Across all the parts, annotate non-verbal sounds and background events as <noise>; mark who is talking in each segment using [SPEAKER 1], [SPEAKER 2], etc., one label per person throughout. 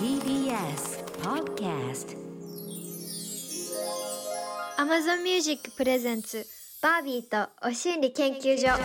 [SPEAKER 1] TBS Podcast
[SPEAKER 2] Amazon Music プレゼンツバービーとお心理研究所
[SPEAKER 3] やっ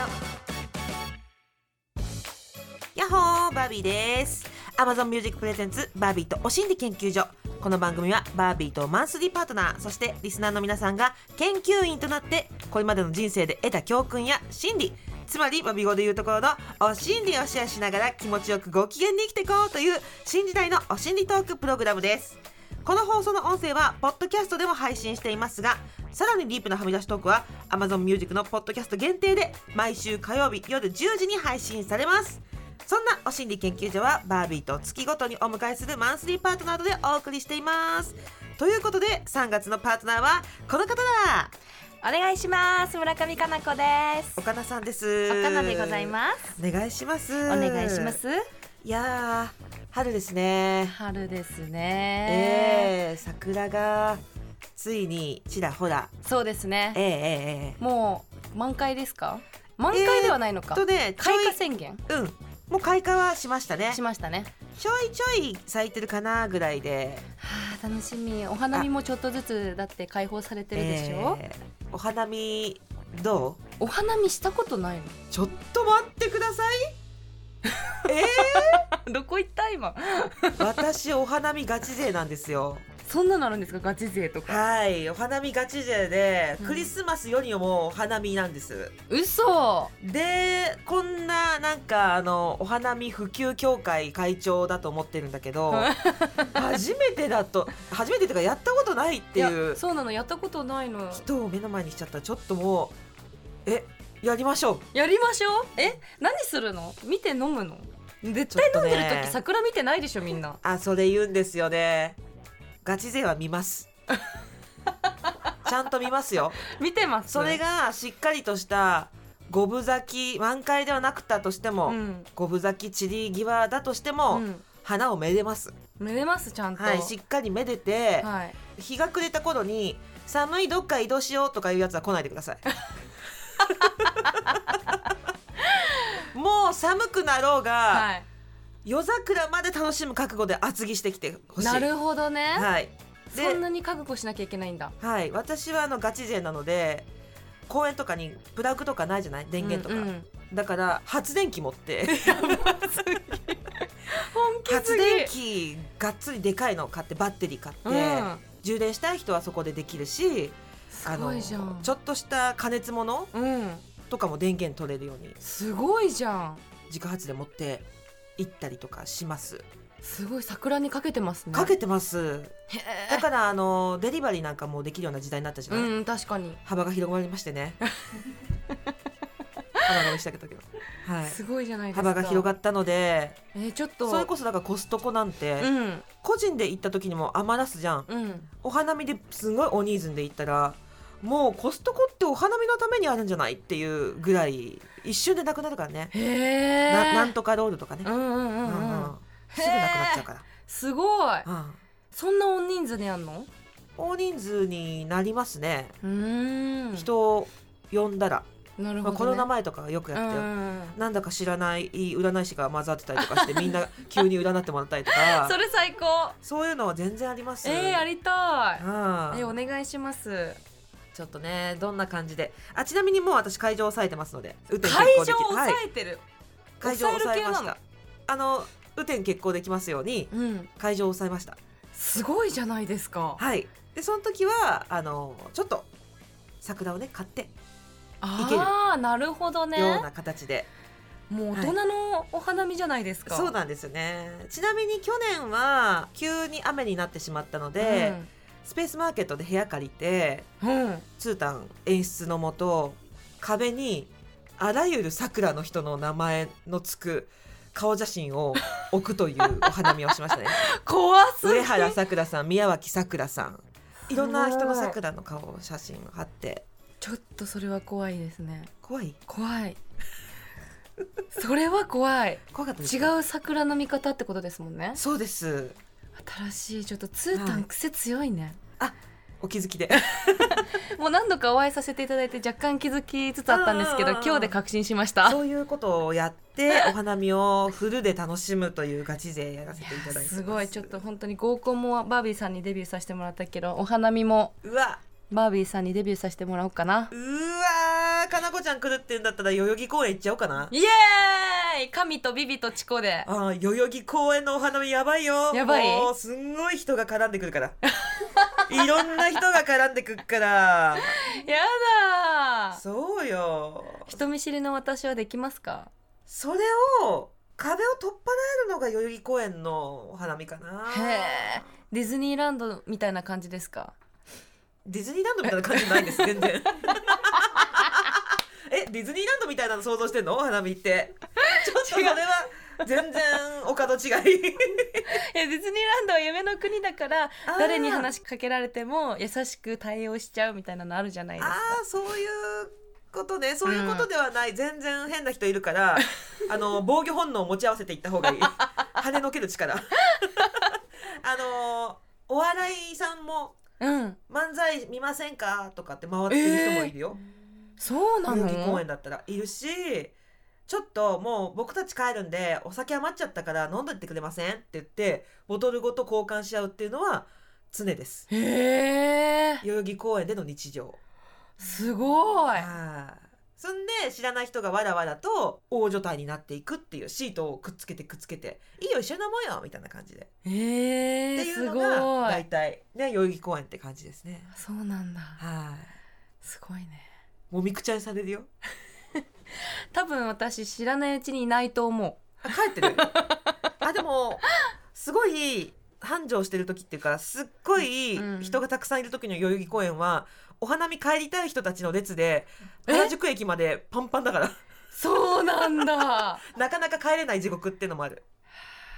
[SPEAKER 3] ほーバービーです Amazon Music Presents バービーとお心理研究所この番組はバービーとマンスリーパートナーそしてリスナーの皆さんが研究員となってこれまでの人生で得た教訓や心理つまりバビ語で言うところのお心理をシェアしながら気持ちよくご機嫌に生きていこうという新時代のお心理トークプログラムですこの放送の音声はポッドキャストでも配信していますがさらにディープなはみ出しトークは Amazon Music のポッドキャスト限定で毎週火曜日夜10時に配信されますそんなお心理研究所はバービーと月ごとにお迎えするマンスリーパートナーでお送りしていますということで3月のパートナーはこの方だ
[SPEAKER 4] お願いします村上佳菜子です
[SPEAKER 3] 岡田さんです
[SPEAKER 4] 岡菜でございます
[SPEAKER 3] すお願いします
[SPEAKER 4] お願いします
[SPEAKER 3] いやー春ですね
[SPEAKER 4] 春です
[SPEAKER 3] え
[SPEAKER 4] ね、
[SPEAKER 3] え桜がついにちらほら
[SPEAKER 4] そうです
[SPEAKER 3] ええ
[SPEAKER 4] ね
[SPEAKER 3] えええ
[SPEAKER 4] もう満開ですか満開ではないの
[SPEAKER 3] え
[SPEAKER 4] か、
[SPEAKER 3] とねちょい
[SPEAKER 4] 開花宣言
[SPEAKER 3] うんもう開花はしましたね
[SPEAKER 4] しましたね
[SPEAKER 3] ちょいちょい咲いてるかなぐらいで
[SPEAKER 4] はあ楽しみお花見もちょっとずつだって解放されてるでしょ、
[SPEAKER 3] ええお花見どう
[SPEAKER 4] お花見したことない
[SPEAKER 3] ちょっと待ってくださ
[SPEAKER 4] <laughs>
[SPEAKER 3] い。 <laughs>
[SPEAKER 4] のどこ行った今
[SPEAKER 3] 私お花見ガチ勢なんですよ。
[SPEAKER 4] そんなのあるんですかガチ勢とか
[SPEAKER 3] はい、お花見ガチ勢で、
[SPEAKER 4] うん
[SPEAKER 3] クリスマスよりもお花見なんです。
[SPEAKER 4] 嘘
[SPEAKER 3] で、こんななんかあのお花見普及協会会長だと思ってるんだけど、
[SPEAKER 4] <laughs>
[SPEAKER 3] 初めてだと初めてとかやったことないってい
[SPEAKER 4] や
[SPEAKER 3] う
[SPEAKER 4] そうなのやったことないの
[SPEAKER 3] 人を目の前にしちゃったらちょっともうえやりましょう。
[SPEAKER 4] やりましょうえ何するの見て飲むの絶対飲んでる
[SPEAKER 3] ちょっとね
[SPEAKER 4] 時桜見てないでしょみんな
[SPEAKER 3] あそれ言うんですよね。ガチ勢は見 <laughs> ます。ちゃんと見ますよ。
[SPEAKER 4] 見てます
[SPEAKER 3] それがしっかりとした五分咲き満開ではなくったとしても、
[SPEAKER 4] うん、
[SPEAKER 3] 五分咲き散り際だとしても、
[SPEAKER 4] うん、
[SPEAKER 3] 花をめでます、
[SPEAKER 4] めでますちゃんと
[SPEAKER 3] はい、しっかりめでて、
[SPEAKER 4] はい
[SPEAKER 3] 日が暮れた頃に寒いどっか移動しようとかいうやつは来ないでくだ <laughs> さいもう寒くなろうが、
[SPEAKER 4] は
[SPEAKER 3] 夜桜まで楽しむ覚悟で厚着してきてほ
[SPEAKER 4] い、
[SPEAKER 3] しい
[SPEAKER 4] なるほどね、
[SPEAKER 3] はいで
[SPEAKER 4] そんなに覚悟しなきゃいけないんだ
[SPEAKER 3] はい、私はあのガチ勢なので公園とかにプラグとかないじゃない電源とか、
[SPEAKER 4] うんうん
[SPEAKER 3] だから発電機
[SPEAKER 4] <laughs>
[SPEAKER 3] 持って
[SPEAKER 4] 本気
[SPEAKER 3] 発
[SPEAKER 4] すぎ
[SPEAKER 3] 電機がっつりでかいのを買ってバッテリー買って、
[SPEAKER 4] うん
[SPEAKER 3] 充電したい人はそこでできるし
[SPEAKER 4] すごいじゃ
[SPEAKER 3] あの
[SPEAKER 4] ん
[SPEAKER 3] ちょっとした加熱物
[SPEAKER 4] うん
[SPEAKER 3] とかも電源取れるように
[SPEAKER 4] すごいじゃん
[SPEAKER 3] 自家発電持って行ったりとかします、
[SPEAKER 4] すごい桜にかけてますね
[SPEAKER 3] かけてます
[SPEAKER 4] へ
[SPEAKER 3] だからあのデリバリーなんかもできるような時代になったじゃ
[SPEAKER 4] え
[SPEAKER 3] ない、
[SPEAKER 4] うん確かに、
[SPEAKER 3] 幅が広まりまして
[SPEAKER 4] <laughs>
[SPEAKER 3] ね幅がしたけど、はい、
[SPEAKER 4] すごいじゃないですか
[SPEAKER 3] 幅が広がったので
[SPEAKER 4] えー、ちょっと
[SPEAKER 3] それこそだからコストコなんて、
[SPEAKER 4] うん
[SPEAKER 3] 個人で行った時にも余らすじゃん
[SPEAKER 4] うん
[SPEAKER 3] お花見ですごいお人数で行ったらもうコストコってお花見のためにあるんじゃないっていうぐらい一瞬でなくなるからね、
[SPEAKER 4] へ
[SPEAKER 3] な
[SPEAKER 4] え
[SPEAKER 3] なんとかロールとかね、
[SPEAKER 4] うんうんう
[SPEAKER 3] うんうん
[SPEAKER 4] んうん
[SPEAKER 3] すぐなくなっちゃうから、
[SPEAKER 4] すごい
[SPEAKER 3] うん、
[SPEAKER 4] そんな大人数でやんの
[SPEAKER 3] 大人数になりますね、
[SPEAKER 4] うーん
[SPEAKER 3] 人を呼んだら、
[SPEAKER 4] なるほど、
[SPEAKER 3] まあ、
[SPEAKER 4] ね、
[SPEAKER 3] コロナ前とかはよくやってよ、なんだか知らない占い師が混ざってたりとかしてみんな急に占ってもらったりと <laughs>
[SPEAKER 4] うんそ
[SPEAKER 3] か
[SPEAKER 4] れ最高
[SPEAKER 3] そういうのは全然あります
[SPEAKER 4] えー、やりた
[SPEAKER 3] うん
[SPEAKER 4] いえお願いします
[SPEAKER 3] ちょっとねどんな感じであちなみにもう私会場押さえてますので雨天
[SPEAKER 4] 会場を
[SPEAKER 3] 決行でき
[SPEAKER 4] 抑
[SPEAKER 3] はい、
[SPEAKER 4] えてる、
[SPEAKER 3] 会場を抑えまし
[SPEAKER 4] 抑
[SPEAKER 3] たあの雨天決行できますように
[SPEAKER 4] うん
[SPEAKER 3] 会場を抑えました
[SPEAKER 4] すごいじゃないですか
[SPEAKER 3] はいでその時はあのちょっと桜をね買ってける
[SPEAKER 4] ああなるほどね
[SPEAKER 3] ような形で、
[SPEAKER 4] もう大人のお花見じゃないですか、
[SPEAKER 3] そうなんですよねちなみに去年は急に雨になってしまったので、スペースマーケットで部屋借りて
[SPEAKER 4] うん、うん
[SPEAKER 3] ツータン演出のもと壁にあらゆるさくらの人の名前のつく顔写真を置くというお花見をし
[SPEAKER 4] <laughs>
[SPEAKER 3] ましたね
[SPEAKER 4] 怖すぎ
[SPEAKER 3] 上原さくらさん宮脇さくらさんいろんな人のさくらの顔を写真貼って
[SPEAKER 4] ちょっとそれは怖いですね
[SPEAKER 3] 怖い
[SPEAKER 4] 怖いそれは怖い
[SPEAKER 3] 怖かったです
[SPEAKER 4] 違
[SPEAKER 3] か
[SPEAKER 4] う桜の見方ってことですもんね
[SPEAKER 3] そうです
[SPEAKER 4] 新しいちょっとツータン癖強いね、
[SPEAKER 3] おお気
[SPEAKER 4] <laughs>
[SPEAKER 3] づきで
[SPEAKER 4] もう何度かお会いさせていただいて若干気づきつつあったんですけど
[SPEAKER 3] うんうんうん
[SPEAKER 4] 今日で確信しました
[SPEAKER 3] そういうことをやってお花見をフルで楽しむというガチ勢やらせていただいてます
[SPEAKER 4] すごいちょっと本当に合コンもバービーさんにデビューさせてもらったけどお花見も
[SPEAKER 3] うわ
[SPEAKER 4] バービーさんにデビューさせてもらおうかな
[SPEAKER 3] うわーかなこちゃん来るって言うんだったら代々木公園行っちゃおうかな
[SPEAKER 4] イエーイ神とビビとチコで
[SPEAKER 3] あー代々木公園のお花見やばいよ
[SPEAKER 4] やばい
[SPEAKER 3] もうすんごい人が絡んでく
[SPEAKER 4] <laughs>
[SPEAKER 3] るからいろんな人が絡んでくるから
[SPEAKER 4] やだー
[SPEAKER 3] そうよ
[SPEAKER 4] 人見知りの私はできますか
[SPEAKER 3] それを壁を取っ払えるのが代々木公園のお花見かな
[SPEAKER 4] へディズニーランドみたいな感じですか
[SPEAKER 3] ディズニーランドみたいな感じないです全然 <laughs> えディズニーランドみたいなの想像してんのお花見ってちょっとそれは全然お門違
[SPEAKER 4] い
[SPEAKER 3] い
[SPEAKER 4] やディズニーランドは夢の国だから <laughs>
[SPEAKER 3] ー
[SPEAKER 4] 誰に話しかけられても優しく対応しちゃうみたいなのあるじゃないですか
[SPEAKER 3] ああそういうことねそういうことではない、全然変な人いるか
[SPEAKER 4] <laughs>
[SPEAKER 3] らあの防御本能を持ち合わせていった方がいい跳ねのける力 <laughs> あのお笑いさんも
[SPEAKER 4] うん
[SPEAKER 3] 漫才見ませんかとかって回ってる人もいるよ、
[SPEAKER 4] そうな
[SPEAKER 3] 代
[SPEAKER 4] の
[SPEAKER 3] 々木公園だったらいるしちょっともう僕たち帰るんでお酒余っちゃったから飲んどいてくれませんって言ってボトルごと交換し合うっていうのは常です
[SPEAKER 4] へえ
[SPEAKER 3] 代々木公園での日常
[SPEAKER 4] すごい
[SPEAKER 3] はいそんで知らない人がわらわらと大所帯になっていくっていうシートをくっつけてくっつけて「いいよ一緒に飲もうよ」みたいな感じで、
[SPEAKER 4] え
[SPEAKER 3] っ
[SPEAKER 4] ー、
[SPEAKER 3] てい
[SPEAKER 4] す
[SPEAKER 3] うの
[SPEAKER 4] ご
[SPEAKER 3] が
[SPEAKER 4] い
[SPEAKER 3] 大体ね代々木公園って感じですね
[SPEAKER 4] そうなんだ
[SPEAKER 3] はい
[SPEAKER 4] すごいね
[SPEAKER 3] もみくちゃにされるよ
[SPEAKER 4] 多分私知らないうちにいないと思
[SPEAKER 3] あ帰っ
[SPEAKER 4] <laughs>
[SPEAKER 3] てるあでもすごい繁盛してる時っていうかすっごい
[SPEAKER 4] うん
[SPEAKER 3] 人がたくさんいる時の代々木公園はお花見帰りたい人たちの列で
[SPEAKER 4] え
[SPEAKER 3] 原宿駅までパンパンだから
[SPEAKER 4] うそうなん
[SPEAKER 3] <laughs>
[SPEAKER 4] だ
[SPEAKER 3] なかなか帰れない地獄っていうのもある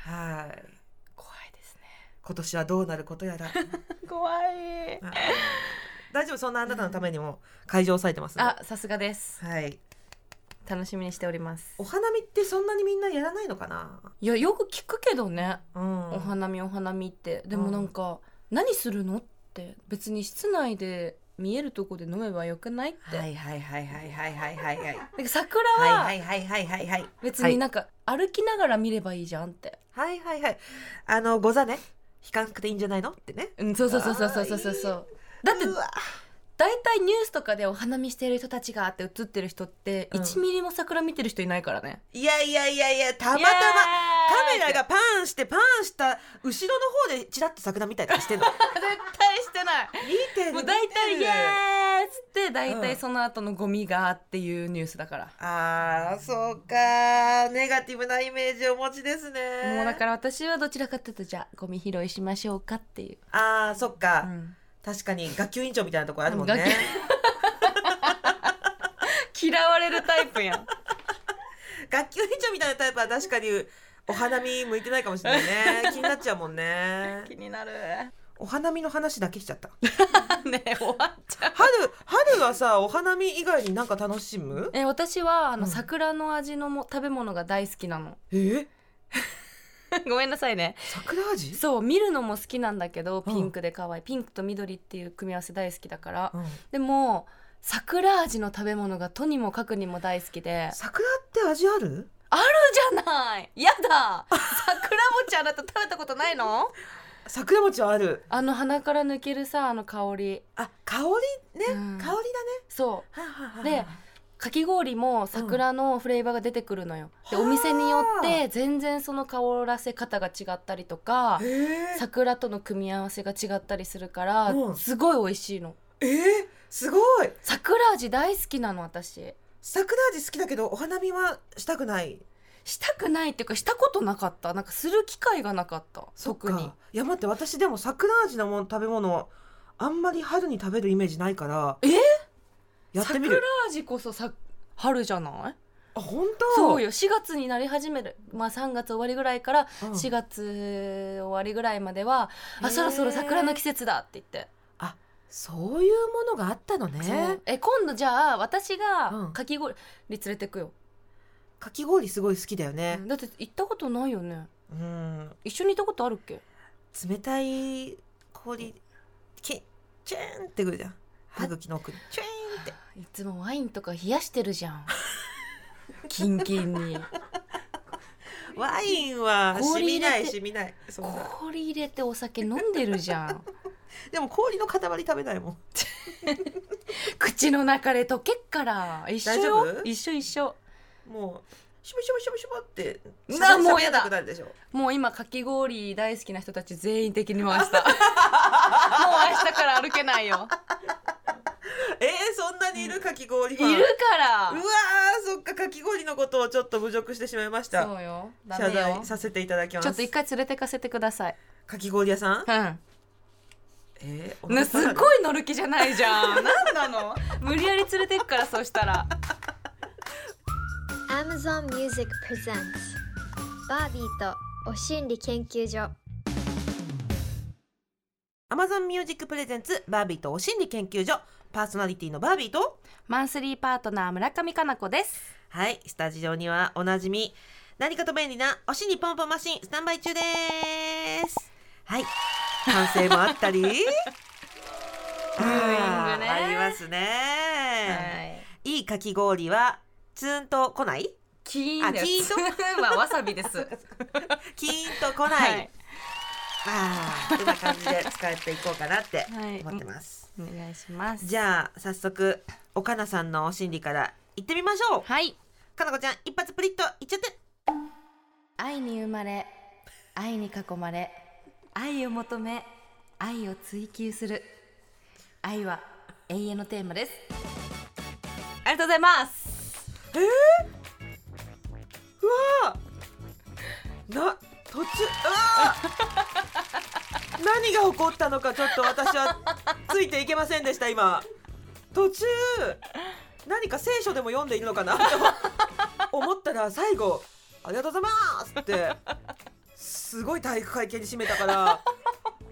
[SPEAKER 3] はい
[SPEAKER 4] 怖いですね
[SPEAKER 3] 今年はどうなること
[SPEAKER 4] <laughs>
[SPEAKER 3] やら
[SPEAKER 4] 怖い
[SPEAKER 3] あ大丈夫そんなあなたのためにも会場を抑えてますね
[SPEAKER 4] あさすがです
[SPEAKER 3] はい
[SPEAKER 4] 楽しみにしております
[SPEAKER 3] お花見ってそんなにみんなやらないのかない
[SPEAKER 4] やよく聞くけどね、
[SPEAKER 3] うん
[SPEAKER 4] お花見お花見ってでもなんか、何するのって別に室内で見えるとこで飲めばよくないって、
[SPEAKER 3] はいはいはいはいはいはいは
[SPEAKER 4] <laughs>
[SPEAKER 3] いはい
[SPEAKER 4] なんか桜
[SPEAKER 3] は
[SPEAKER 4] はい
[SPEAKER 3] はいはいはいはい
[SPEAKER 4] 別になんか歩きながら見ればいいじゃんって、
[SPEAKER 3] はいはいはい。あの、ござね。悲観くていいんじゃないのってね。
[SPEAKER 4] うんそうそうそうそうそうそうそうそうだって
[SPEAKER 3] うわ
[SPEAKER 4] 大体ニュースとかでお花見してる人たちがって映ってる人って
[SPEAKER 3] うん
[SPEAKER 4] 1ミリも桜見てる人いないからね、
[SPEAKER 3] いやいやいやいや、たまたまカメラがパンしてパンした後ろの方でチラッと桜みたいなのし
[SPEAKER 4] <laughs>
[SPEAKER 3] てんの。
[SPEAKER 4] 絶対してない
[SPEAKER 3] 見てる。
[SPEAKER 4] もう大体
[SPEAKER 3] 見
[SPEAKER 4] イ
[SPEAKER 3] て
[SPEAKER 4] エ
[SPEAKER 3] る
[SPEAKER 4] ーイっつって大体その後のゴミがっていうニュースだから、
[SPEAKER 3] ああ、そうか。ネガティブなイメージをお持ちですね。
[SPEAKER 4] もうだから私はどちらかっていうとじゃあゴミ拾いしましょうかっていう、
[SPEAKER 3] ああ、そっ
[SPEAKER 4] う
[SPEAKER 3] か。
[SPEAKER 4] ん
[SPEAKER 3] 確かに学級委員長みたいなとこあるもんね。
[SPEAKER 4] 学級嫌われるタイプやん
[SPEAKER 3] 学級委員長みたいなタイプは確かにお花見向いてないかもしれないね。
[SPEAKER 4] <laughs>
[SPEAKER 3] 気になっちゃうもんね。
[SPEAKER 4] 気になる
[SPEAKER 3] お花見の話だけしちゃった。
[SPEAKER 4] <laughs> ねえ終わっちゃう
[SPEAKER 3] 春春はさお花見以外になんか楽しむ
[SPEAKER 4] え私はあの、
[SPEAKER 3] うん
[SPEAKER 4] 桜の味のも食べ物が大好きなの
[SPEAKER 3] え
[SPEAKER 4] <laughs> ごめんなさいね
[SPEAKER 3] 桜味
[SPEAKER 4] そう見るのも好きなんだけど
[SPEAKER 3] うん
[SPEAKER 4] ピンクで可愛い、ピンクと緑っていう組み合わせ大好きだから、
[SPEAKER 3] うん
[SPEAKER 4] でも桜味の食べ物がとにもかくにも大好きで
[SPEAKER 3] 桜って味ある
[SPEAKER 4] そうじゃないやだ桜餅あなた食べたことないの
[SPEAKER 3] 桜餅はある
[SPEAKER 4] あの鼻から抜けるさあの香り
[SPEAKER 3] あ香りね、
[SPEAKER 4] うん
[SPEAKER 3] 香りだね
[SPEAKER 4] そ
[SPEAKER 3] はあはあはあ
[SPEAKER 4] でうかき氷も桜のフレーバーが出てくるのよ、でお店によって全然その香らせ方が違ったりとか
[SPEAKER 3] えー、
[SPEAKER 4] 桜との組み合わせが違ったりするから、
[SPEAKER 3] うん
[SPEAKER 4] すごい美味しいの
[SPEAKER 3] えー、すごい
[SPEAKER 4] 桜味大好きなの私
[SPEAKER 3] 桜味好きだけどお花見はしたくない
[SPEAKER 4] したくないっていうかしたことなかったなんかする機会がなかった
[SPEAKER 3] そっ
[SPEAKER 4] 特
[SPEAKER 3] か
[SPEAKER 4] に
[SPEAKER 3] いや待って私でも桜味のもん食べ物あんまり春に食べるイメージないから
[SPEAKER 4] えー
[SPEAKER 3] やってみる
[SPEAKER 4] 桜味こそさ春じゃない
[SPEAKER 3] あ本当
[SPEAKER 4] そうよ4月になり始めるまあ3月終わりぐらいから
[SPEAKER 3] うん
[SPEAKER 4] 4月終わりぐらいまでは、
[SPEAKER 3] へ
[SPEAKER 4] あ
[SPEAKER 3] ー
[SPEAKER 4] そろそろ桜の季節だって言って、
[SPEAKER 3] そういうものがあったの
[SPEAKER 4] そうえ今度じゃあ私
[SPEAKER 3] う
[SPEAKER 4] が
[SPEAKER 3] ん
[SPEAKER 4] かき氷連れてくよ、
[SPEAKER 3] かき氷すごい好きだよね
[SPEAKER 4] だって行ったことないよね
[SPEAKER 3] うん
[SPEAKER 4] 一緒に行ったことあるっけ
[SPEAKER 3] 冷たい氷きチューンってくるじゃん歯茎の奥にチューンって
[SPEAKER 4] いつもワインとか冷やしてるじ <laughs> ゃんキンキンに
[SPEAKER 3] ワインは染
[SPEAKER 4] 氷
[SPEAKER 3] み
[SPEAKER 4] 入
[SPEAKER 3] な
[SPEAKER 4] れ
[SPEAKER 3] い
[SPEAKER 4] て
[SPEAKER 3] 染みないそんな
[SPEAKER 4] 氷入れてお酒飲んでるじゃん <laughs>
[SPEAKER 3] でも氷の塊食べないもん
[SPEAKER 4] 口の中で溶けっから一緒
[SPEAKER 3] 大丈
[SPEAKER 4] よ
[SPEAKER 3] 夫
[SPEAKER 4] 一緒一緒
[SPEAKER 3] もうしぼしぼしぼしぼって
[SPEAKER 4] うわもうやだ
[SPEAKER 3] 冷めなくなるでしょ
[SPEAKER 4] もう今かき氷大好きな人たち全員的に回した <laughs> もう明日から歩けない <laughs> よ
[SPEAKER 3] えー、そんなにいるかき氷
[SPEAKER 4] い
[SPEAKER 3] ファン
[SPEAKER 4] るか
[SPEAKER 3] うわ
[SPEAKER 4] ら
[SPEAKER 3] ーそっかかき氷のことをちょっと侮辱してしまいました
[SPEAKER 4] そうよダ
[SPEAKER 3] 謝
[SPEAKER 4] メよ
[SPEAKER 3] 罪させていただきま
[SPEAKER 4] ちょ
[SPEAKER 3] す
[SPEAKER 4] っと一回連れてかせてください
[SPEAKER 3] かき氷屋さん
[SPEAKER 4] うん
[SPEAKER 3] えー、お
[SPEAKER 4] な
[SPEAKER 3] 腹
[SPEAKER 4] <laughs> す
[SPEAKER 3] 下
[SPEAKER 4] っ
[SPEAKER 3] がる
[SPEAKER 4] ごい乗る気じゃないじゃんなんなの無理やり連れてくからそうしたら
[SPEAKER 2] Amazon Music Presents バービーとお心理研究所
[SPEAKER 3] Amazon Music Presents バービーとお心理研究所パーソナリティのバービーと
[SPEAKER 4] マンスリーパートナー村上佳菜子です
[SPEAKER 3] はいスタジオにはおなじみ何かと便利なお心理ポンポンマシンスタンバイ中ですはい反省もあったり <laughs> ブーイン
[SPEAKER 4] ングね
[SPEAKER 3] ありますね、い、いかき氷はツーンと来ない
[SPEAKER 4] キーンです
[SPEAKER 3] あキーン
[SPEAKER 4] ンはわさび <laughs> です
[SPEAKER 3] キーンと来ない、ああこんな感じで使っていこうかな <laughs> って
[SPEAKER 4] はい
[SPEAKER 3] 思ってます、
[SPEAKER 4] お願いします
[SPEAKER 3] じゃあ早速岡菜さんのお心理から行ってみましょう
[SPEAKER 4] はい
[SPEAKER 3] かなこちゃん一発プリッといっちゃって
[SPEAKER 4] 愛に生まれ愛に囲まれ愛を求め愛を追求する愛は永遠のテーマですありがとうございます
[SPEAKER 3] な途中うわ <laughs> ー何が起こったのかちょっと私はついていけませんでした今途中何か聖書でも読んでいるのかなと思ったら最後「ありがとうございます」ってすごい体育会系に締めたから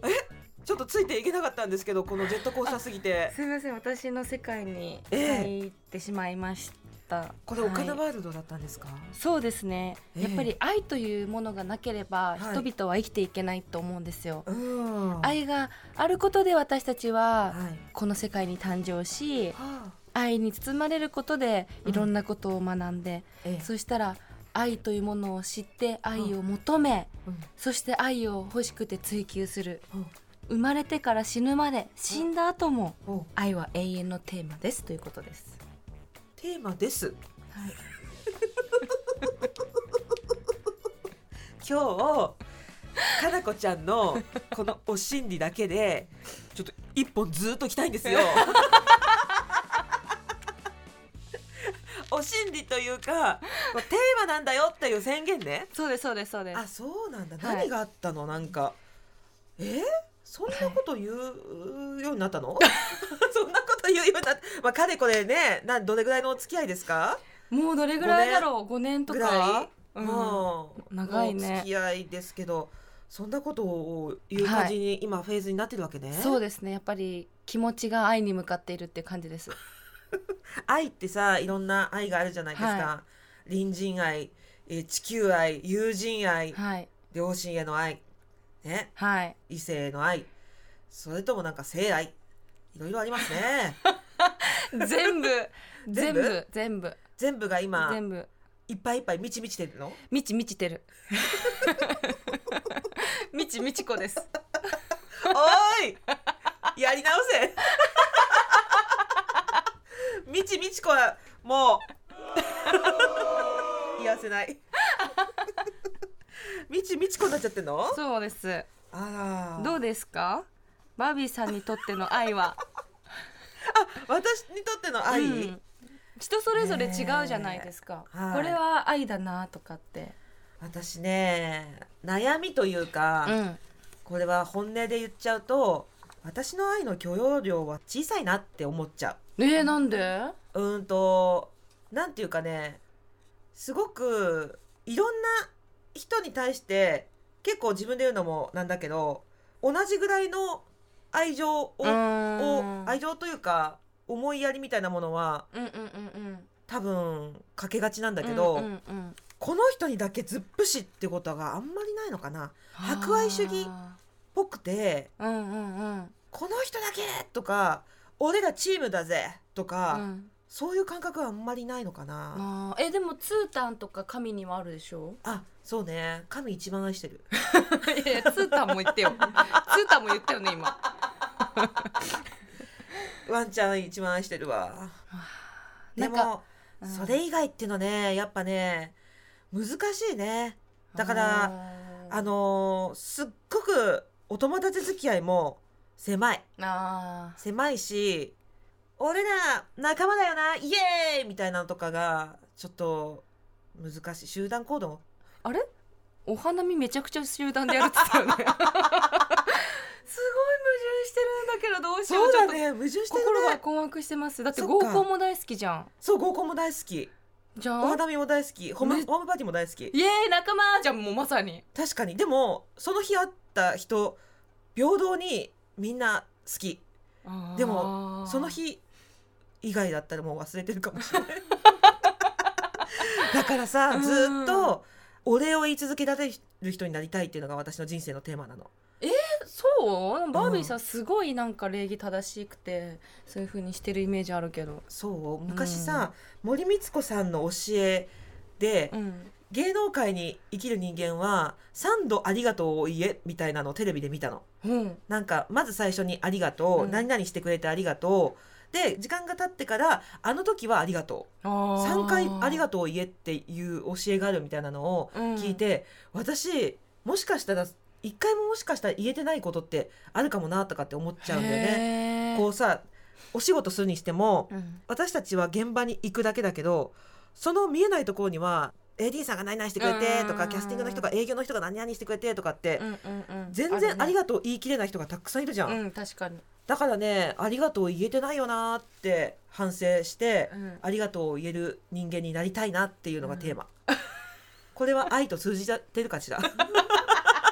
[SPEAKER 3] えちょっとついていけなかったんですけどこのジェットコースターすぎて
[SPEAKER 4] すみません私の世界に
[SPEAKER 3] ええ
[SPEAKER 4] 入ってしまいました、
[SPEAKER 3] これ岡
[SPEAKER 4] は
[SPEAKER 3] 田
[SPEAKER 4] い
[SPEAKER 3] ワールドだったんですか、
[SPEAKER 4] そうですね、
[SPEAKER 3] ええ
[SPEAKER 4] やっぱり愛というものがなければ
[SPEAKER 3] はい
[SPEAKER 4] 人々は生きていけないと思うんですよ、
[SPEAKER 3] うんはい
[SPEAKER 4] 愛があることで私たちは
[SPEAKER 3] は
[SPEAKER 4] この世界に誕生し
[SPEAKER 3] あ
[SPEAKER 4] 愛に包まれることで
[SPEAKER 3] うん
[SPEAKER 4] いろんなことを学んで、
[SPEAKER 3] ええ
[SPEAKER 4] そしたら愛というものを知って愛を求め、
[SPEAKER 3] うん
[SPEAKER 4] そして愛を欲しくて追求する
[SPEAKER 3] うん
[SPEAKER 4] 生まれてから死ぬまで死んだ後も
[SPEAKER 3] お
[SPEAKER 4] 愛は永遠のテーマですということです、
[SPEAKER 3] テーマです
[SPEAKER 4] はい、
[SPEAKER 3] 今日かなこちゃんのこのお心理だけでちょっと一本ずっと来たいんで
[SPEAKER 4] <laughs>
[SPEAKER 3] すよ。お心理というかこうテーマなんだよっていう宣言ね。
[SPEAKER 4] そうですそうですそうです
[SPEAKER 3] あそうなんだ、
[SPEAKER 4] はい
[SPEAKER 3] 何があったのなんかえーそんなこと言うようになっ
[SPEAKER 4] <laughs>
[SPEAKER 3] たの、そんなこと言うようになった、まあ、かれこれねなどれぐらいのお付き合いですか
[SPEAKER 4] もうどれぐらいだろう5年と
[SPEAKER 3] ぐら
[SPEAKER 4] か
[SPEAKER 3] い、
[SPEAKER 4] うん
[SPEAKER 3] もう
[SPEAKER 4] 長いね
[SPEAKER 3] お付き合いですけどそんなことを言う感じに今フェーズになってるわけね、
[SPEAKER 4] そうですねやっぱり気持ちが愛に向かっているっていう感じです
[SPEAKER 3] 愛ってさいろんな愛があるじゃないですか、
[SPEAKER 4] は
[SPEAKER 3] 隣人愛えー地球愛友人愛、
[SPEAKER 4] はい
[SPEAKER 3] 両親への愛、ね、
[SPEAKER 4] はい
[SPEAKER 3] 異性への愛それともなんか性愛いろいろありますね
[SPEAKER 4] <laughs> 全部 <laughs>
[SPEAKER 3] 全
[SPEAKER 4] 全
[SPEAKER 3] 部
[SPEAKER 4] 部全部
[SPEAKER 3] 全部が今
[SPEAKER 4] 全部
[SPEAKER 3] いっぱいいっぱい満ち満ちてるの
[SPEAKER 4] みちみち
[SPEAKER 3] <laughs>
[SPEAKER 4] てるみちみち子です
[SPEAKER 3] おーいやり直せみちみちこはもう言わせないみちみちこになっちゃってんの
[SPEAKER 4] そうです
[SPEAKER 3] あら
[SPEAKER 4] どうですかバービーさんにとっての愛は
[SPEAKER 3] 私にとっての愛、
[SPEAKER 4] うん人それぞれ違うじゃないですか、
[SPEAKER 3] ねえはい
[SPEAKER 4] これは愛だなとかって、
[SPEAKER 3] 私ね悩みというか、
[SPEAKER 4] うん
[SPEAKER 3] これは本音で言っちゃうと私の愛の許容量は小さいなって思っちゃ
[SPEAKER 4] えー、なんで
[SPEAKER 3] ううーんとなんていうかねすごくいろんな人に対して結構自分で言うのもなんだけど同じぐらいの愛情を,、
[SPEAKER 4] うーん
[SPEAKER 3] を愛情というか思いやりみたいなものは
[SPEAKER 4] うんうんうんうん
[SPEAKER 3] 多分かけがちなんだけど、
[SPEAKER 4] うんうんうん
[SPEAKER 3] この人にだけずっぷしってことがあんまりないのかな。博愛主義
[SPEAKER 4] あ
[SPEAKER 3] ぽくて
[SPEAKER 4] ーうんうんうん
[SPEAKER 3] この人だけとか俺らチームだぜとか、
[SPEAKER 4] うん
[SPEAKER 3] そういう感覚はあんまりないのかな、
[SPEAKER 4] あーえでもツータンとか神にはあるでしょ
[SPEAKER 3] あそうね神一番愛してる
[SPEAKER 4] いやいやツータンも言 <laughs> ってよツータンも言ったよね今
[SPEAKER 3] ワンちゃん一番愛してるわ
[SPEAKER 4] な
[SPEAKER 3] で
[SPEAKER 4] んか
[SPEAKER 3] も、
[SPEAKER 4] うん
[SPEAKER 3] それ以外っていうのねやっぱね難しいねだからあ
[SPEAKER 4] の
[SPEAKER 3] のーすっごくお友達付き合いも狭い
[SPEAKER 4] あー
[SPEAKER 3] 狭いし俺ら仲間だよなイエーイみたいなのとかがちょっと難しい集団行動
[SPEAKER 4] あれお花見めちゃくちゃ集団でやるって言 <laughs> ってたよねすごい矛盾してるんだけどどうしよう
[SPEAKER 3] そうだ
[SPEAKER 4] ちょっ
[SPEAKER 3] ね矛盾し
[SPEAKER 4] と
[SPEAKER 3] て
[SPEAKER 4] 心
[SPEAKER 3] る
[SPEAKER 4] が
[SPEAKER 3] ね
[SPEAKER 4] 困惑してますだって
[SPEAKER 3] そっ
[SPEAKER 4] 合
[SPEAKER 3] か
[SPEAKER 4] コンも大好きじゃん
[SPEAKER 3] そう合コンも大好き
[SPEAKER 4] じゃ
[SPEAKER 3] お
[SPEAKER 4] ん
[SPEAKER 3] 花見も大好きホーム
[SPEAKER 4] ね
[SPEAKER 3] ホームパーティーも大好き
[SPEAKER 4] イエーイ仲間じゃんもうまさに
[SPEAKER 3] 確かにでもその日会った人平等にみんな好きでもその日以外だったらもう忘れてるかもしれないだからさ
[SPEAKER 4] うん
[SPEAKER 3] ずっとお礼を言い続けられる人になりたいっていうのが私の人生のテーマなの
[SPEAKER 4] そうバービーさんすごいなんか礼儀正しくてそういう風にしてるイメージあるけど
[SPEAKER 3] そう昔さ、森光子さんの教えで、
[SPEAKER 4] うん
[SPEAKER 3] 芸能界に生きる人間は3度ありがとうを言えみたいなのをテレビで見たの
[SPEAKER 4] うん
[SPEAKER 3] なんかまず最初に「ありがとう」
[SPEAKER 4] うん
[SPEAKER 3] 何々してくれてありがとう」で時間が経ってから「あの時はありがとう」3回「あり
[SPEAKER 4] と
[SPEAKER 3] がとう」を言えっていう教えがあるみたいなのを
[SPEAKER 4] うん
[SPEAKER 3] 聞いて、私もしかしたら一回ももしかしたら言えてないことってあるかもなとかって思っちゃうんだよね。
[SPEAKER 4] ね
[SPEAKER 3] こうさお仕事するにしても
[SPEAKER 4] うん
[SPEAKER 3] 私たちは現場に行くだけだけどその見えないところには AD さんが何々してくれてと
[SPEAKER 4] う
[SPEAKER 3] か
[SPEAKER 4] ん
[SPEAKER 3] キャスティングの人が営業の人が何々してくれてとかって
[SPEAKER 4] うんうんうん
[SPEAKER 3] 全然あり
[SPEAKER 4] が
[SPEAKER 3] がとう言い切れない人がたくさんいるじゃん、
[SPEAKER 4] うん確かに
[SPEAKER 3] だからねありがとう言えてないよなーって反省して、
[SPEAKER 4] うん
[SPEAKER 3] ありがとうを言える人間になりたいなっていうのがテーマ、 <laughs> これは愛と通じてるかしら <laughs>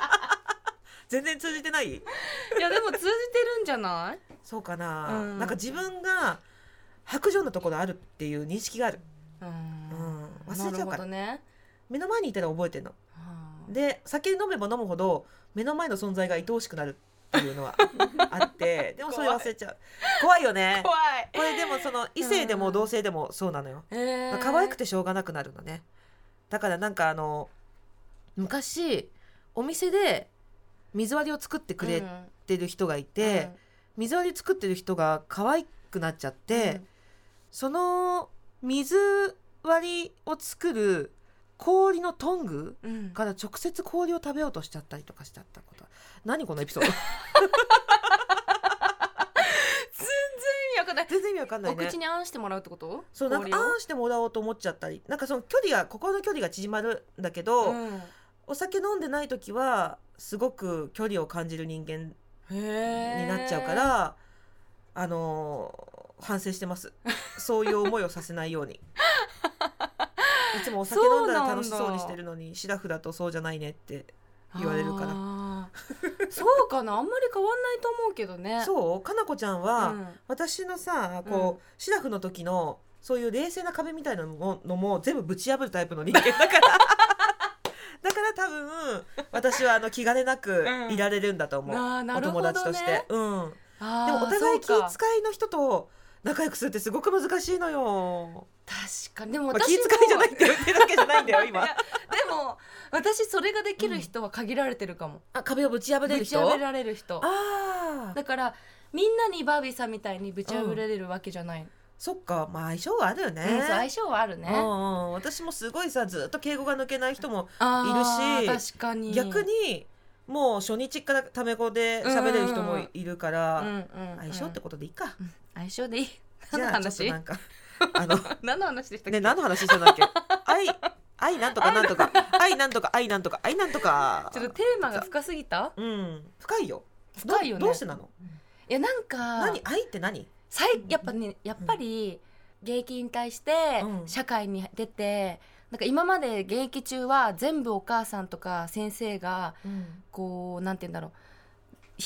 [SPEAKER 3] 全然通じてない
[SPEAKER 4] いやでも通じてるんじゃない
[SPEAKER 3] そうかな、
[SPEAKER 4] うん
[SPEAKER 3] なんか自分が白状なところあるっていう認識がある
[SPEAKER 4] う
[SPEAKER 3] うん忘
[SPEAKER 4] な
[SPEAKER 3] れ
[SPEAKER 4] る
[SPEAKER 3] ちゃう
[SPEAKER 4] ほ
[SPEAKER 3] から
[SPEAKER 4] どね
[SPEAKER 3] 目の前にいたら覚えてるの
[SPEAKER 4] は
[SPEAKER 3] で酒飲めば飲むほど目の前の存在が愛おしくなるっていう
[SPEAKER 4] <laughs>
[SPEAKER 3] のはあってでもそれ忘れちゃう怖いよ
[SPEAKER 4] あ
[SPEAKER 3] ね
[SPEAKER 4] 怖い
[SPEAKER 3] これでもその異性で
[SPEAKER 4] う
[SPEAKER 3] も
[SPEAKER 4] ん
[SPEAKER 3] 同性でもそうなのよ
[SPEAKER 4] えー
[SPEAKER 3] 可愛くてしょうがなくなるのねだからなんかあの昔お店で水割りを作ってくれ
[SPEAKER 4] うん
[SPEAKER 3] てる人がいて、水割り作ってる人が可愛くなっちゃっ
[SPEAKER 4] うん
[SPEAKER 3] て、その水割りを作る氷のトング
[SPEAKER 4] うんうん
[SPEAKER 3] から直接氷を食べようとしちゃったりとかしちゃったこと何このエピソード
[SPEAKER 4] <laughs> 意味わかんない
[SPEAKER 3] 全然意味わかんない
[SPEAKER 4] お
[SPEAKER 3] ね
[SPEAKER 4] 口にあんしてもらうってこと
[SPEAKER 3] そうなん
[SPEAKER 4] 氷
[SPEAKER 3] か
[SPEAKER 4] を
[SPEAKER 3] あんしてもらおうと思っちゃったりなんかその距離が心の距離が縮まるんだけど、
[SPEAKER 4] うん
[SPEAKER 3] お酒飲んでない時はすごく距離を感じる人間に
[SPEAKER 4] に
[SPEAKER 3] なっちゃうから、あのー反省してますそういう思いをさせないよう <laughs> にいつもお酒飲んだら楽しそうにしてるのにシラフだとそうじゃないねって言われるから
[SPEAKER 4] らそうかなあんまり変わんないと思うけどねう
[SPEAKER 3] そうかなこちゃんは、
[SPEAKER 4] ん
[SPEAKER 3] 私のさこう、シラフの時のそういう冷静な壁みたいなのものも全部ぶち破るタイプの人間だ <laughs> からだから多分私はあの気兼ねなくいられるんだと思う、
[SPEAKER 4] あーな
[SPEAKER 3] お
[SPEAKER 4] るほ
[SPEAKER 3] 友
[SPEAKER 4] どね
[SPEAKER 3] 達として、うん
[SPEAKER 4] あー
[SPEAKER 3] でもお互い気遣
[SPEAKER 4] そうか
[SPEAKER 3] いの人と仲良くするってすごく難しいのよ、
[SPEAKER 4] 確かにでも
[SPEAKER 3] まあ、
[SPEAKER 4] 私
[SPEAKER 3] 気遣い
[SPEAKER 4] も
[SPEAKER 3] じゃないって言ってるわけじゃないんだ
[SPEAKER 4] <laughs>
[SPEAKER 3] よ
[SPEAKER 4] い
[SPEAKER 3] 今
[SPEAKER 4] やでも私それができる人は限られてるかも
[SPEAKER 3] あ壁をぶち破れ
[SPEAKER 4] ぶ
[SPEAKER 3] る
[SPEAKER 4] ち
[SPEAKER 3] 人
[SPEAKER 4] 破られる人
[SPEAKER 3] ああ
[SPEAKER 4] だからみんなにバービーさんみたいにぶち破られるわけじゃない、
[SPEAKER 3] そっかまあ相性はあるよね、
[SPEAKER 4] うんそう相性はあるね
[SPEAKER 3] うんうん私もすごいさずっと敬語が抜けない人も
[SPEAKER 4] あー
[SPEAKER 3] いるし
[SPEAKER 4] 確かに
[SPEAKER 3] 逆にもう初日からタメ語で喋れる人もいるか
[SPEAKER 4] う
[SPEAKER 3] ら、
[SPEAKER 4] んうんうん
[SPEAKER 3] 相性ってことでいいか、
[SPEAKER 4] 相性でいい
[SPEAKER 3] じ
[SPEAKER 4] 何の
[SPEAKER 3] ゃあちょっと
[SPEAKER 4] 話
[SPEAKER 3] なんか
[SPEAKER 4] <laughs>
[SPEAKER 3] あの
[SPEAKER 4] 何の話でしたっけ、
[SPEAKER 3] ね <laughs> 何の話してたんだっけ
[SPEAKER 4] <laughs>
[SPEAKER 3] 愛愛なんとかなんとか愛なんとか愛なんとか愛なんとか
[SPEAKER 4] ちょっとテーマが深すぎた
[SPEAKER 3] うん深いよど
[SPEAKER 4] 深いよね
[SPEAKER 3] どうしてなの
[SPEAKER 4] いやなんか
[SPEAKER 3] 何愛って何
[SPEAKER 4] さいやっぱねやっぱり現役に対して
[SPEAKER 3] うん
[SPEAKER 4] 社会に出て、なんか今まで現役中は全部お母さんとか先生がこうなんて言うんだろう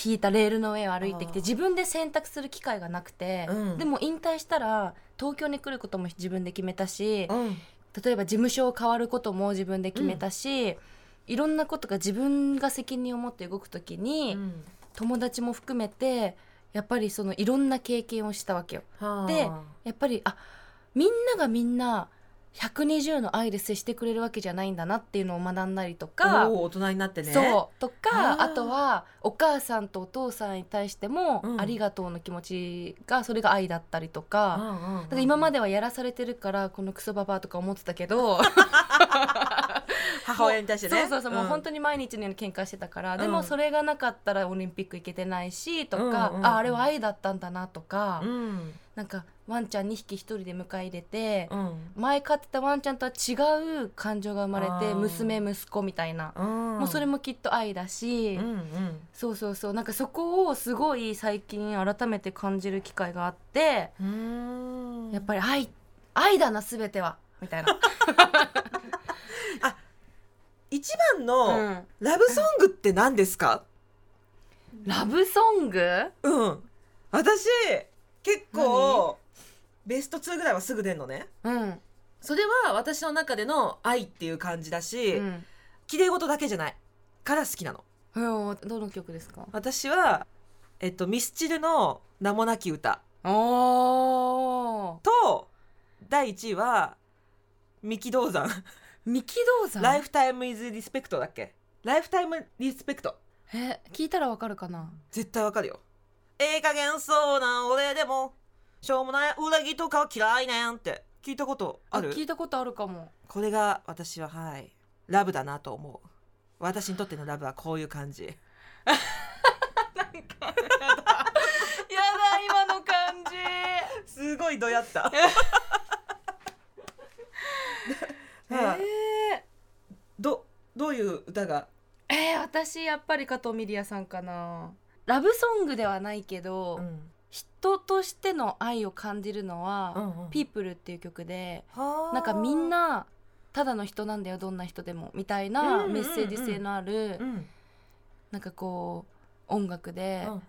[SPEAKER 4] 引いたレールの上を歩いてきて
[SPEAKER 3] あー
[SPEAKER 4] 自分で選択する機会がなくて、
[SPEAKER 3] うん
[SPEAKER 4] でも引退したら東京に来ることも自分で決めたし
[SPEAKER 3] うん
[SPEAKER 4] 例えば事務所を変わることも自分で決めたし、いろんなことが自分が責任を持って動くときに、
[SPEAKER 3] うん
[SPEAKER 4] 友達も含めてややっぱりそのいろんな経験をしたわけよ
[SPEAKER 3] はあ
[SPEAKER 4] でやっぱりあみんながみんな120の愛で接してくれるわけじゃないんだなっていうのを学んだりとか、
[SPEAKER 3] おー大人になってね
[SPEAKER 4] そうとか
[SPEAKER 3] あ
[SPEAKER 4] あ
[SPEAKER 3] ー
[SPEAKER 4] とはお母さんとお父さんに対しても、
[SPEAKER 3] うん
[SPEAKER 4] ありがとうの気持ちがそれが愛だったりとか。
[SPEAKER 3] んうん
[SPEAKER 4] だから今ま
[SPEAKER 3] で
[SPEAKER 4] ではやらされてるからこのクソババアとか思ってたけど
[SPEAKER 3] 母親に対して
[SPEAKER 4] そ
[SPEAKER 3] ね
[SPEAKER 4] うそうそう、もう本
[SPEAKER 3] に
[SPEAKER 4] 当に毎日のように喧嘩してたから、
[SPEAKER 3] ん
[SPEAKER 4] でもそれがなかったらオリンピック行けてないしとか、
[SPEAKER 3] うんうんうん
[SPEAKER 4] ああれは愛だったんだなとか、
[SPEAKER 3] うん
[SPEAKER 4] なんかワンちゃん2匹1人で迎え入れて、
[SPEAKER 3] うん
[SPEAKER 4] 前飼ってたワンちゃんとは違う感情が生まれ
[SPEAKER 3] あ
[SPEAKER 4] て
[SPEAKER 3] ー
[SPEAKER 4] 娘息子みたいな、
[SPEAKER 3] うん
[SPEAKER 4] もうそれもきっと愛だし、
[SPEAKER 3] うんうん
[SPEAKER 4] そうそうそうなんかそこをすごい最近改めて感じる機会があって、
[SPEAKER 3] うーん
[SPEAKER 4] やっぱり愛愛だな全てはみたい
[SPEAKER 3] <laughs>
[SPEAKER 4] な、
[SPEAKER 3] 一番のラブソングって何ですか
[SPEAKER 4] ラブソング
[SPEAKER 3] うん私結構ベスト2ぐらいはすぐ出んのね
[SPEAKER 4] うん、
[SPEAKER 3] それは私の中での愛っていう感じだし、
[SPEAKER 4] うん
[SPEAKER 3] 綺麗事だけじゃないから好きなの
[SPEAKER 4] うん、どの曲ですか
[SPEAKER 3] 私はえっとミスチルの名もなき歌
[SPEAKER 4] お
[SPEAKER 3] と第1位は三木道山
[SPEAKER 4] 三木道山
[SPEAKER 3] ライフタイムイズリスペクトだっけライフタイムリスペクト
[SPEAKER 4] え聞いたらわかるかな
[SPEAKER 3] 絶対わかるよええ加減そうな俺でもしょうもない裏切りとかは嫌いねんって聞いたことある
[SPEAKER 4] 聞いたことあるかも
[SPEAKER 3] これが私ははいラブだなと思う私にとってのラブはこういう感じ
[SPEAKER 4] やだ今の感 <laughs> じ
[SPEAKER 3] すごいどやった <laughs> はい
[SPEAKER 4] え
[SPEAKER 3] どどういう歌が
[SPEAKER 4] ー、えー私やっぱり加藤ミリヤさんかなラブソングではないけど、
[SPEAKER 3] ん
[SPEAKER 4] 人としての愛を感じるのは「
[SPEAKER 3] ピ
[SPEAKER 4] People」っていう曲で
[SPEAKER 3] は
[SPEAKER 4] なんかみん、なただの人なんだよどんな人でもみたい
[SPEAKER 3] うんうん
[SPEAKER 4] な
[SPEAKER 3] うん
[SPEAKER 4] メッセージ性のある
[SPEAKER 3] うんうん
[SPEAKER 4] なんかこう音楽
[SPEAKER 3] う
[SPEAKER 4] で
[SPEAKER 3] んうん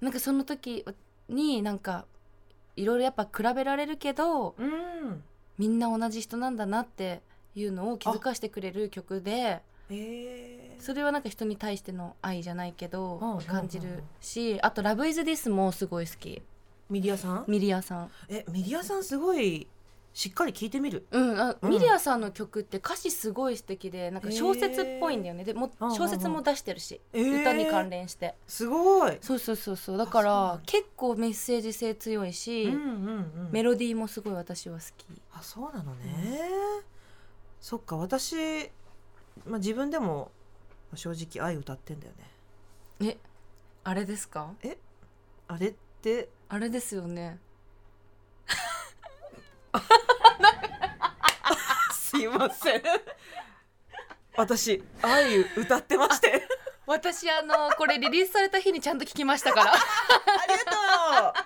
[SPEAKER 4] なんかその時になんかいろいろやっぱ比べられるけど
[SPEAKER 3] うんうんうん
[SPEAKER 4] みんな同じ人なんだなっていうのを気づかしてくれる曲で
[SPEAKER 3] えー
[SPEAKER 4] それはなんか人に対しての愛じゃないけ
[SPEAKER 3] うんうん
[SPEAKER 4] ど
[SPEAKER 3] うん
[SPEAKER 4] 感じるしあと「ラブイズディスもすごい好き
[SPEAKER 3] ミリアさん
[SPEAKER 4] ミリアさん。
[SPEAKER 3] えミリアさんすごいしっかり聞いてみる
[SPEAKER 4] うん、あ
[SPEAKER 3] うん
[SPEAKER 4] ミリアさんの曲って歌詞すごい素敵でなんか小説っぽいんだよねでも
[SPEAKER 3] うんうんうん
[SPEAKER 4] 小説も出してるし、
[SPEAKER 3] えー
[SPEAKER 4] 歌に関連して
[SPEAKER 3] すごい、
[SPEAKER 4] そうそうそうそうだ
[SPEAKER 3] そ
[SPEAKER 4] か
[SPEAKER 3] うなん
[SPEAKER 4] ら
[SPEAKER 3] だ
[SPEAKER 4] 結構メッセージ性強いし、
[SPEAKER 3] うん
[SPEAKER 4] メロディーもすごい私は好き
[SPEAKER 3] あそうなのね、そっか私、まあ、自分でも正直愛歌ってんだよね
[SPEAKER 4] あれですか
[SPEAKER 3] あれって
[SPEAKER 4] あれですよね
[SPEAKER 3] すいません私愛歌ってまして
[SPEAKER 4] 私あのこれリリースされた日にちゃんと聞きました <laughs> から
[SPEAKER 3] ありがとう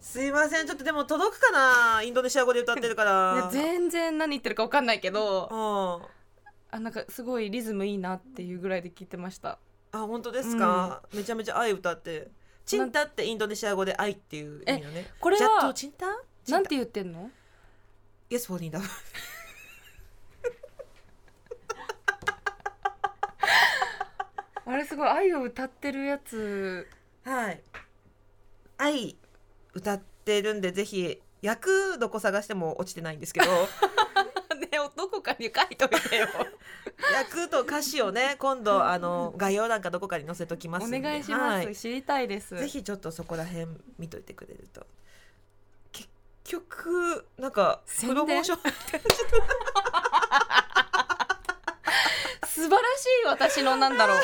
[SPEAKER 3] すいませんちょっとでも届くかなインドネシア語で歌ってるから、
[SPEAKER 4] ね全然何言ってるか分かんないけ
[SPEAKER 3] う
[SPEAKER 4] ど
[SPEAKER 3] んあ
[SPEAKER 4] あなんかすごいリズムいいなっていうぐらいで聞いてました
[SPEAKER 3] 本当ですか、めちゃめちゃ愛歌ってチンタってインドネシア語で愛っていう意味のね
[SPEAKER 4] これ
[SPEAKER 3] ジャット
[SPEAKER 4] は
[SPEAKER 3] チンタチンタ
[SPEAKER 4] なんて言ってんの
[SPEAKER 3] Yes, for Linda.
[SPEAKER 4] あれすごい愛を歌ってるやつ
[SPEAKER 3] はい。愛歌ってるんでぜひ役どこ探しても落ちてないんですけど
[SPEAKER 4] ねどこかに書いといてよ
[SPEAKER 3] 役と歌詞をね今度あの概要欄かどこかに載せときます
[SPEAKER 4] お
[SPEAKER 3] んで
[SPEAKER 4] 願いします、
[SPEAKER 3] はい
[SPEAKER 4] 知りたいです
[SPEAKER 3] ぜひちょっとそこら辺見といてくれると結局なんか
[SPEAKER 4] 宣
[SPEAKER 3] プ
[SPEAKER 4] 伝
[SPEAKER 3] ロモーション <laughs>
[SPEAKER 4] 素晴らしい私のなんだ
[SPEAKER 3] <laughs>
[SPEAKER 4] ろう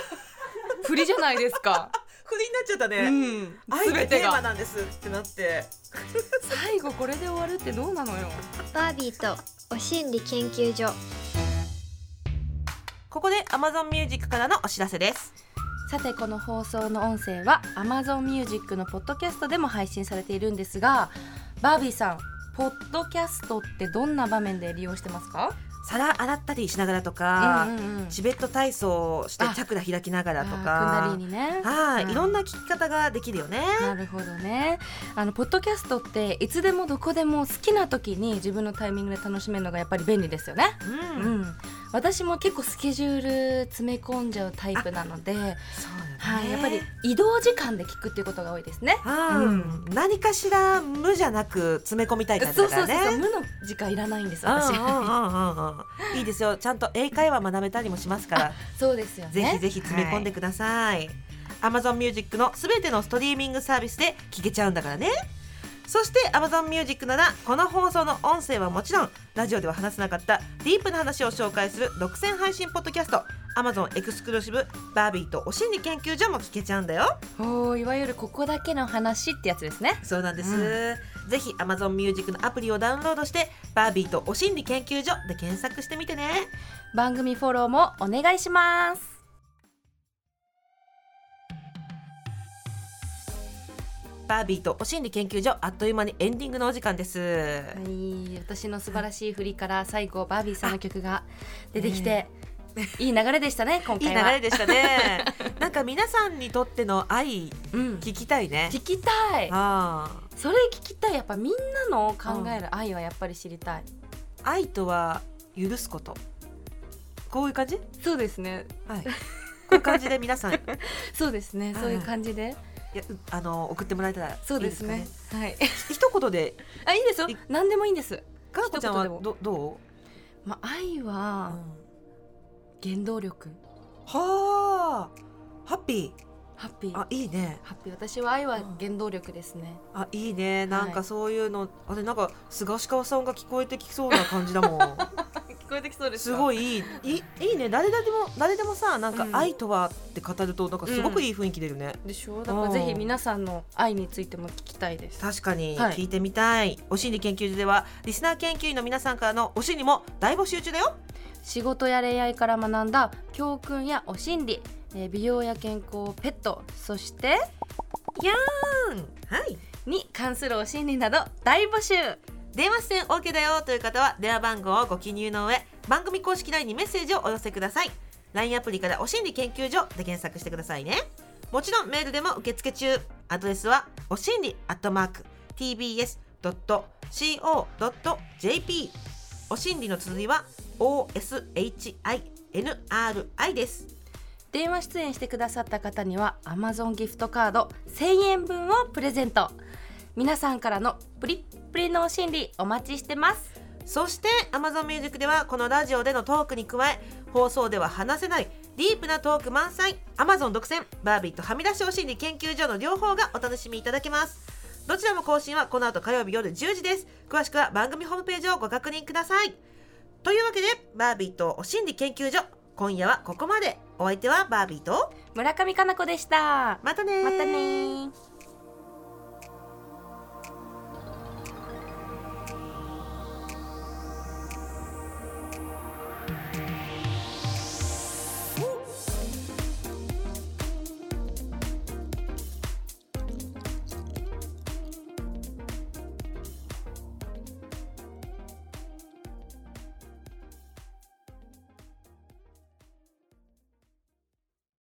[SPEAKER 4] 振りじゃないですか、
[SPEAKER 3] 不利になっちゃったね、
[SPEAKER 4] うん
[SPEAKER 3] 愛がテーマなんですってなって
[SPEAKER 4] 最後これで終わるってどうなのよ
[SPEAKER 2] バービーとお心理研究所
[SPEAKER 3] ここで Amazon Music からのお知らせです
[SPEAKER 4] さてこの放送の音声は Amazon Music のポッドキャストでも配信されているんですがバービーさんポッドキャストってどんな場面で利用してますか
[SPEAKER 3] 皿洗ったりしながらとか、
[SPEAKER 4] うんうんうん
[SPEAKER 3] チベット体操をして
[SPEAKER 4] あ
[SPEAKER 3] チャクラ開きながらと
[SPEAKER 4] あー
[SPEAKER 3] か
[SPEAKER 4] クンダリーニね
[SPEAKER 3] はい、
[SPEAKER 4] うん
[SPEAKER 3] いろんな聞き方ができるよね。
[SPEAKER 4] なるほどねあのポッドキャストっていつでもどこでも好きな時に自分のタイミングで楽しめるのがやっぱり便利ですよね
[SPEAKER 3] うん
[SPEAKER 4] うん、私も結構スケジュール詰め込んじゃうタイプなので、
[SPEAKER 3] そうよね
[SPEAKER 4] はい、やっぱり移動時間で聞くっていうことが多いですね。
[SPEAKER 3] うん、何かしら無じゃなく詰め込みたい
[SPEAKER 4] そうそうそ
[SPEAKER 3] 感じだから
[SPEAKER 4] うそう
[SPEAKER 3] ね
[SPEAKER 4] 無の時間いらないんです
[SPEAKER 3] うん
[SPEAKER 4] 私。
[SPEAKER 3] うんうんうんうんいいですよちゃんと英会話学べたりもしますから
[SPEAKER 4] そうですよね。
[SPEAKER 3] ぜひぜひ詰め込んでください。Amazon Music のすべてのストリーミングサービスで聴けちゃうんだからね。そして Amazon Music ならこの放送の音声はもちろんラジオでは話せなかったディープな話を紹介する独占配信ポッドキャスト Amazon エクスクルーシブバービーとお心理研究所も聞けちゃうんだよ
[SPEAKER 4] おーいわゆるここだけの話ってやつですね。
[SPEAKER 3] そうなんです、
[SPEAKER 4] う
[SPEAKER 3] ぜひ Amazon Music のアプリをダウンロードしてバービーとお心理研究所で検索してみてね
[SPEAKER 4] 番組フォローもお願いします。
[SPEAKER 3] バービーとお心理研究所あっという間にエンディングのお時間です、
[SPEAKER 4] はい、私の素晴らしい振りから最後バービーさんの曲が出てき
[SPEAKER 3] ね
[SPEAKER 4] て、いい流れでした <laughs> ね今
[SPEAKER 3] いい
[SPEAKER 4] 回
[SPEAKER 3] 流
[SPEAKER 4] は。
[SPEAKER 3] れでしたね。なんか皆さんにとっての愛
[SPEAKER 4] うん、
[SPEAKER 3] 聞きたいね。
[SPEAKER 4] 聞きたい。
[SPEAKER 3] あ
[SPEAKER 4] それ聞きたい。やっぱみんなの考える愛はやっぱり知りたい。
[SPEAKER 3] あ、愛とは許すこと。こういう感じ？
[SPEAKER 4] そうですね。
[SPEAKER 3] はい。こういう感じで皆さん、い
[SPEAKER 4] そうですね。
[SPEAKER 3] うん
[SPEAKER 4] そういう感じで。
[SPEAKER 3] やうあの送ってもらえたらいいです
[SPEAKER 4] そ
[SPEAKER 3] か
[SPEAKER 4] うですね。はい。
[SPEAKER 3] 一言で、
[SPEAKER 4] <laughs> あ、いいですよ
[SPEAKER 3] い。
[SPEAKER 4] 何でもいいんです。
[SPEAKER 3] かなこちゃんは
[SPEAKER 4] 一言で
[SPEAKER 3] どど
[SPEAKER 4] まあ、愛
[SPEAKER 3] う？
[SPEAKER 4] は原動力。
[SPEAKER 3] はあ、ハッピ
[SPEAKER 4] ハッピ
[SPEAKER 3] ー。あ
[SPEAKER 4] ー。
[SPEAKER 3] いいね。
[SPEAKER 4] ハッピー。私は愛は原動力ですね。
[SPEAKER 3] あいいね。なん
[SPEAKER 4] は
[SPEAKER 3] か
[SPEAKER 4] い
[SPEAKER 3] そういうの、あれなんか菅氏川さんが聞こえてき <laughs> そうな感じだも
[SPEAKER 4] <laughs>
[SPEAKER 3] ん。
[SPEAKER 4] 聞こえてきそうです
[SPEAKER 3] ごいいいいいいね誰だでも誰でもさなんか
[SPEAKER 4] うん
[SPEAKER 3] 愛とはって語るとなんかすごくいい雰囲気出るね、
[SPEAKER 4] でしょ。だからぜひ皆さんの愛についても聞きたいです。
[SPEAKER 3] 確かに
[SPEAKER 4] はい
[SPEAKER 3] 聞いてみたい、お心理研究所ではリスナー研究員の皆さんからのお心理も大募集中だよ
[SPEAKER 4] 仕事や恋愛から学んだ教訓やお心理、えー美容や健康ペットそして
[SPEAKER 3] うんはい
[SPEAKER 4] に関するお心理など大募集
[SPEAKER 3] 電話出演 OK だよという方は電話番号をご記入の上番組公式 LINE にメッセージをお寄せください LINE アプリから「お心理研究所」で検索してくださいねもちろんメールでも受付中アドレスはお心理アットマーク tbs.co.jp お心理の綴りは OSHINRI です
[SPEAKER 4] 電話出演してくださった方には Amazon ギフトカード1000円分をプレゼント皆さんからのプリップリのお心理お待ちしてます
[SPEAKER 3] そして Amazon Music ではこのラジオでのトークに加え放送では話せないディープなトーク満載 Amazon 独占バービーとはみ出しお心理研究所の両方がお楽しみいただけますどちらも更新はこの後火曜日夜10時です詳しくは番組ホームページをご確認くださいというわけでバービーとお心理研究所今夜はここまでお相手はバービーと
[SPEAKER 4] 村上佳菜子でした
[SPEAKER 3] またねー
[SPEAKER 4] またねー